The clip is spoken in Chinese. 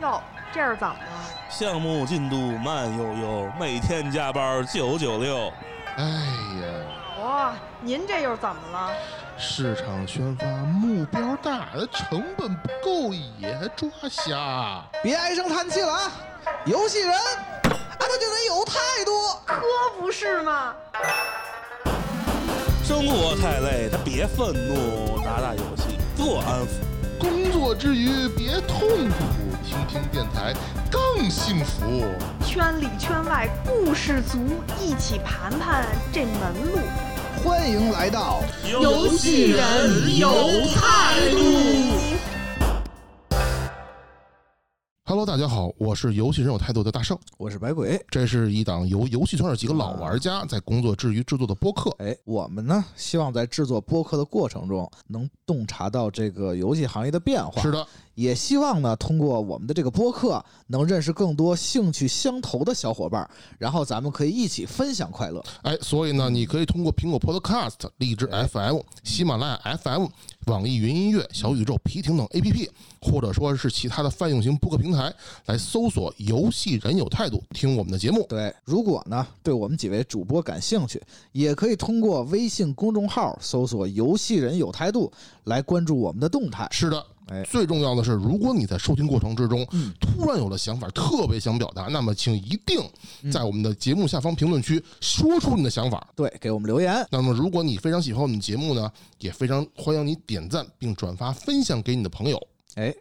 哟，这是怎么了？项目进度慢悠悠，每天加班九九六。哎呀，哇、哦您这又是怎么了？市场宣发目标大，成本不够也抓瞎。别唉声叹气了啊！游戏人啊，他就得有态度。可不是嘛！生活太累，他别愤怒，打打游戏，做安抚。工作之余别痛苦，听听电台更幸福。圈里圈外故事足，一起盘盘这门路。欢迎来到游戏人有态嗯度。 Hello，大家好，我是游戏人有态度的大圣，我是白鬼。这是一档由游戏圈的几个老玩家在工作之余制作的播客。哎，我们呢，希望在制作播客的过程中，能洞察到这个游戏行业的变化。是的，也希望呢，通过我们的这个播客，能认识更多兴趣相投的小伙伴，然后咱们可以一起分享快乐。哎，所以呢，嗯你可以通过苹果 Podcast、荔枝 FM、喜马拉雅 FM、网易云音乐、小宇宙、嗯皮艇等 APP，或者说是其他的泛用型播客平台，来搜索“游戏人有态度”，听我们的节目。对，如果呢对我们几位主播感兴趣，也可以通过微信公众号搜索“游戏人有态度”来关注我们的动态。是的哎，嗯最重要的是，如果你在收听过程之中突然有了想法，特别想表达，那么请一嗯定在我们的节目下方评论区说出你的想法。对，给我们留言。那么，如果你非常喜欢我们的节目呢，也非常欢迎你点赞并转发分享给你的朋友。哎，